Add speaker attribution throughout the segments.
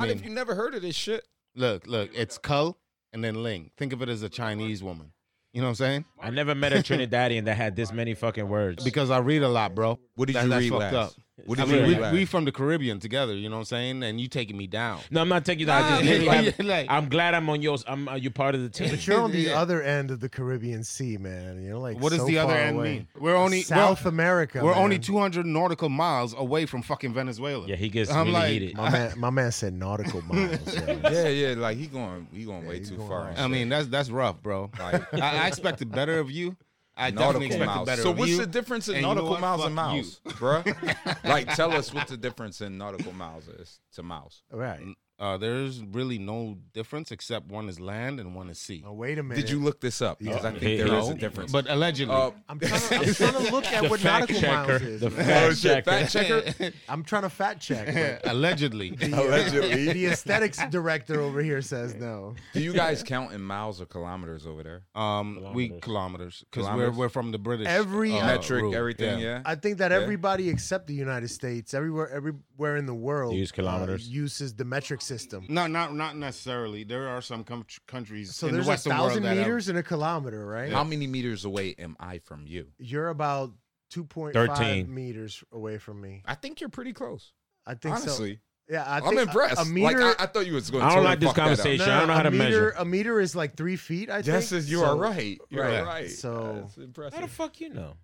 Speaker 1: Not
Speaker 2: mean-
Speaker 1: if you never heard of this shit.
Speaker 2: Look, look, it's Cull and then Ling. Think of it as a Chinese woman. You know what I'm saying?
Speaker 3: I never met a Trinidadian that had this many fucking words.
Speaker 2: Because I read a lot, bro.
Speaker 1: What did
Speaker 2: That-
Speaker 1: you
Speaker 2: that's
Speaker 1: read last?
Speaker 2: fucked up.
Speaker 1: What did
Speaker 2: I
Speaker 1: you
Speaker 2: mean,
Speaker 1: read
Speaker 2: we,
Speaker 1: last?
Speaker 2: we from the Caribbean together. You know what I'm saying? And you taking me down.
Speaker 3: no, I'm not taking that. I just
Speaker 2: Yeah,
Speaker 3: literally
Speaker 2: yeah,
Speaker 3: have-
Speaker 2: like-
Speaker 3: I'm glad I'm on yours. I'm uh, you part of the team.
Speaker 4: But you're on the
Speaker 2: Yeah.
Speaker 4: other end of the Caribbean Sea, man. You're like
Speaker 2: What does
Speaker 4: so
Speaker 2: the other
Speaker 4: far
Speaker 2: end
Speaker 4: away.
Speaker 2: mean? We're only
Speaker 4: South
Speaker 2: we're,
Speaker 4: America.
Speaker 2: We're only
Speaker 4: man.
Speaker 2: 200 nautical miles away from fucking Venezuela.
Speaker 3: Yeah, he gets
Speaker 2: I'm
Speaker 3: really
Speaker 2: like-
Speaker 3: heated.
Speaker 4: My man, my man said nautical miles. yo.
Speaker 1: Yeah, yeah. Like he going, he going way
Speaker 4: he's
Speaker 1: too
Speaker 4: going
Speaker 1: far.
Speaker 4: hard.
Speaker 1: and
Speaker 2: I
Speaker 1: shit.
Speaker 2: mean, that's that's rough, bro.
Speaker 1: Like-
Speaker 2: I, I expected better of you. I
Speaker 1: nautical
Speaker 2: definitely expected
Speaker 1: miles.
Speaker 2: better
Speaker 1: So
Speaker 2: of
Speaker 1: what's
Speaker 2: you.
Speaker 1: the difference in
Speaker 2: And you know
Speaker 1: nautical
Speaker 2: what?
Speaker 1: miles and
Speaker 2: Fuck you.
Speaker 1: miles, bruh? like, tell us what the difference in nautical miles is to miles.
Speaker 4: right.
Speaker 2: Uh, there's really no difference except one is land and one is sea. Oh.
Speaker 4: Oh, wait a minute.
Speaker 1: Did you look this up? Because I
Speaker 4: Yeah.
Speaker 1: think there is
Speaker 3: No,
Speaker 1: a difference.
Speaker 2: But allegedly,
Speaker 1: uh,
Speaker 4: I'm trying, to, I'm trying to look at
Speaker 3: The
Speaker 4: what
Speaker 3: fact
Speaker 4: nautical miles
Speaker 3: checker.
Speaker 4: is.
Speaker 3: The
Speaker 4: man.
Speaker 3: fact
Speaker 1: oh shit,
Speaker 3: checker.
Speaker 1: fact checker.
Speaker 4: I'm trying to fact check.
Speaker 2: allegedly,
Speaker 4: but The, the aesthetics director over here says no.
Speaker 1: Do you guys count in miles or kilometers over there?
Speaker 2: um, we kilometers because we're
Speaker 1: Kilometers?
Speaker 2: we're from the British
Speaker 4: Every-
Speaker 2: uh,
Speaker 1: Metric,
Speaker 2: rule.
Speaker 1: everything, yeah.
Speaker 4: I think that
Speaker 1: Yeah.
Speaker 4: everybody except the United States, everywhere, everywhere in the world,
Speaker 3: Use kilometers.
Speaker 4: uh, uses the metric system.
Speaker 2: No, not not necessarily. There are some com- countries
Speaker 4: So
Speaker 2: in
Speaker 4: there's
Speaker 2: the
Speaker 4: a
Speaker 2: Western
Speaker 4: thousand
Speaker 2: world that um, have-
Speaker 4: meters and a kilometer, right?
Speaker 1: How many meters away am I from you?
Speaker 4: You're about 2.5
Speaker 3: 13.
Speaker 4: meters away from me.
Speaker 1: I think you're pretty close.
Speaker 4: I think
Speaker 1: Honestly,
Speaker 4: so. Yeah,
Speaker 1: I
Speaker 4: I
Speaker 1: am
Speaker 4: think a-
Speaker 1: impressed.
Speaker 4: A, meter,
Speaker 1: like I, I thought you was going.
Speaker 3: I don't
Speaker 1: totally
Speaker 3: like this
Speaker 1: fuck that up.
Speaker 3: conversation. I don't know
Speaker 4: a
Speaker 3: how to
Speaker 4: meter,
Speaker 3: measure.
Speaker 4: A meter is like three feet. I
Speaker 1: Yes,
Speaker 4: think.
Speaker 1: is- you
Speaker 4: So-
Speaker 1: are right. You're
Speaker 4: right.
Speaker 1: right.
Speaker 4: So-
Speaker 1: That's impressive.
Speaker 3: How the fuck you know?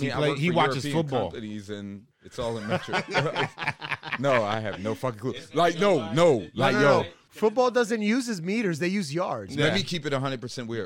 Speaker 1: I mean,
Speaker 2: he
Speaker 1: I
Speaker 2: play,
Speaker 1: work
Speaker 2: he
Speaker 1: for
Speaker 2: watches
Speaker 1: European
Speaker 2: football.
Speaker 1: companies and it's all in metric. no, I have no fucking clue. Like, no, no,
Speaker 4: No,
Speaker 1: like,
Speaker 4: no,
Speaker 1: yo,
Speaker 4: no. Football doesn't use his meters; they use yards.
Speaker 2: Yeah.
Speaker 1: let me keep it 100 percent weird.